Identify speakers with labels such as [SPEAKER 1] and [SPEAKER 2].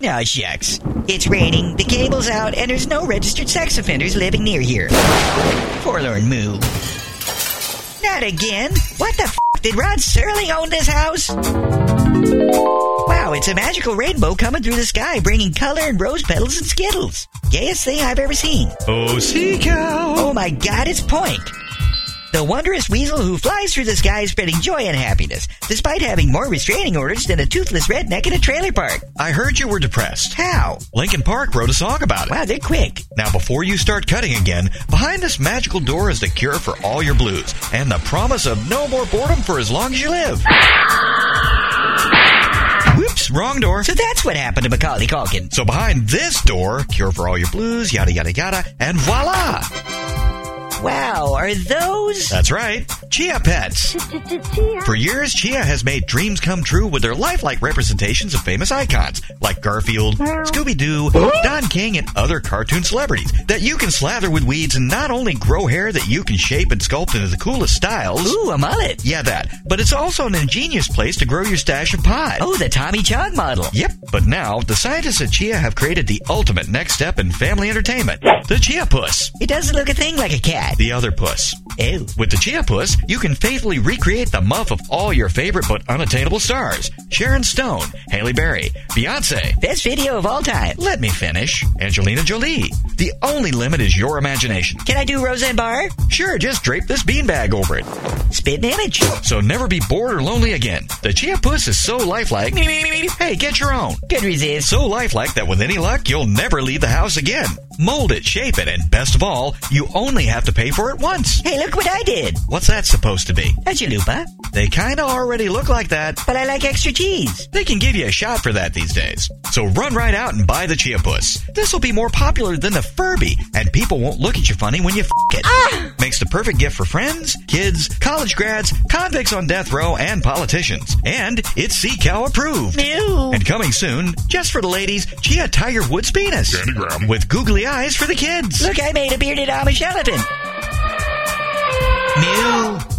[SPEAKER 1] No, shucks. It's raining, the cable's out, and there's no registered sex offenders living near here. Forlorn moo. Not again. What the f*** did Rod Serling own this house? Wow, it's a magical rainbow coming through the sky, bringing color and rose petals and skittles. Gayest thing I've ever seen.
[SPEAKER 2] Oh, sea cow.
[SPEAKER 1] Oh my god, it's Point. The wondrous weasel who flies through the sky spreading joy and happiness, despite having more restraining orders than a toothless redneck in a trailer park.
[SPEAKER 2] I heard you were depressed.
[SPEAKER 1] How?
[SPEAKER 2] Lincoln Park wrote a song about it.
[SPEAKER 1] Wow, they're quick.
[SPEAKER 2] Now, before you start cutting again, behind this magical door is the cure for all your blues and the promise of no more boredom for as long as you live. Whoops, wrong door.
[SPEAKER 1] So that's what happened to Macaulay Culkin.
[SPEAKER 2] So behind this door, cure for all your blues, yada yada yada, and voila!
[SPEAKER 1] Wow, are those?
[SPEAKER 2] That's right, Chia Pets. For years, Chia has made dreams come true with their lifelike representations of famous icons like Garfield, Scooby Doo, Don King, and other cartoon celebrities that you can slather with weeds and not only grow hair that you can shape and sculpt into the coolest styles.
[SPEAKER 1] Ooh, a mullet.
[SPEAKER 2] Yeah, that. But it's also an ingenious place to grow your stash of pie.
[SPEAKER 1] Oh, the Tommy Chong model.
[SPEAKER 2] Yep, but now the scientists at Chia have created the ultimate next step in family entertainment the Chia Puss.
[SPEAKER 1] It doesn't look a thing like a cat.
[SPEAKER 2] The other puss.
[SPEAKER 1] Ew.
[SPEAKER 2] With the Chia Puss, you can faithfully recreate the muff of all your favorite but unattainable stars Sharon Stone, Haley Berry, Beyonce.
[SPEAKER 1] Best video of all time.
[SPEAKER 2] Let me finish. Angelina Jolie. The only limit is your imagination.
[SPEAKER 1] Can I do Roseanne Barr?
[SPEAKER 2] Sure, just drape this beanbag over it.
[SPEAKER 1] Spit an image.
[SPEAKER 2] So never be bored or lonely again. The Chia Puss is so lifelike. Hey, get your own.
[SPEAKER 1] Good resist.
[SPEAKER 2] So lifelike that with any luck, you'll never leave the house again. Mold it, shape it, and best of all, you only have to pay for it once.
[SPEAKER 1] Hey, look what I did.
[SPEAKER 2] What's that supposed to be?
[SPEAKER 1] A chalupa.
[SPEAKER 2] They kinda already look like that.
[SPEAKER 1] But I like extra cheese.
[SPEAKER 2] They can give you a shot for that these days. So run right out and buy the Chia Puss. This will be more popular than the Furby, and people won't look at you funny when you f it. Makes the perfect gift for friends, kids, college grads, convicts on death row, and politicians. And it's Sea Cow approved.
[SPEAKER 1] Ew.
[SPEAKER 2] And coming soon, just for the ladies, Chia Tiger Woods penis.
[SPEAKER 3] Dandygram.
[SPEAKER 2] With googly eyes for the kids.
[SPEAKER 1] Look, I made a bearded Amish elephant. Mew.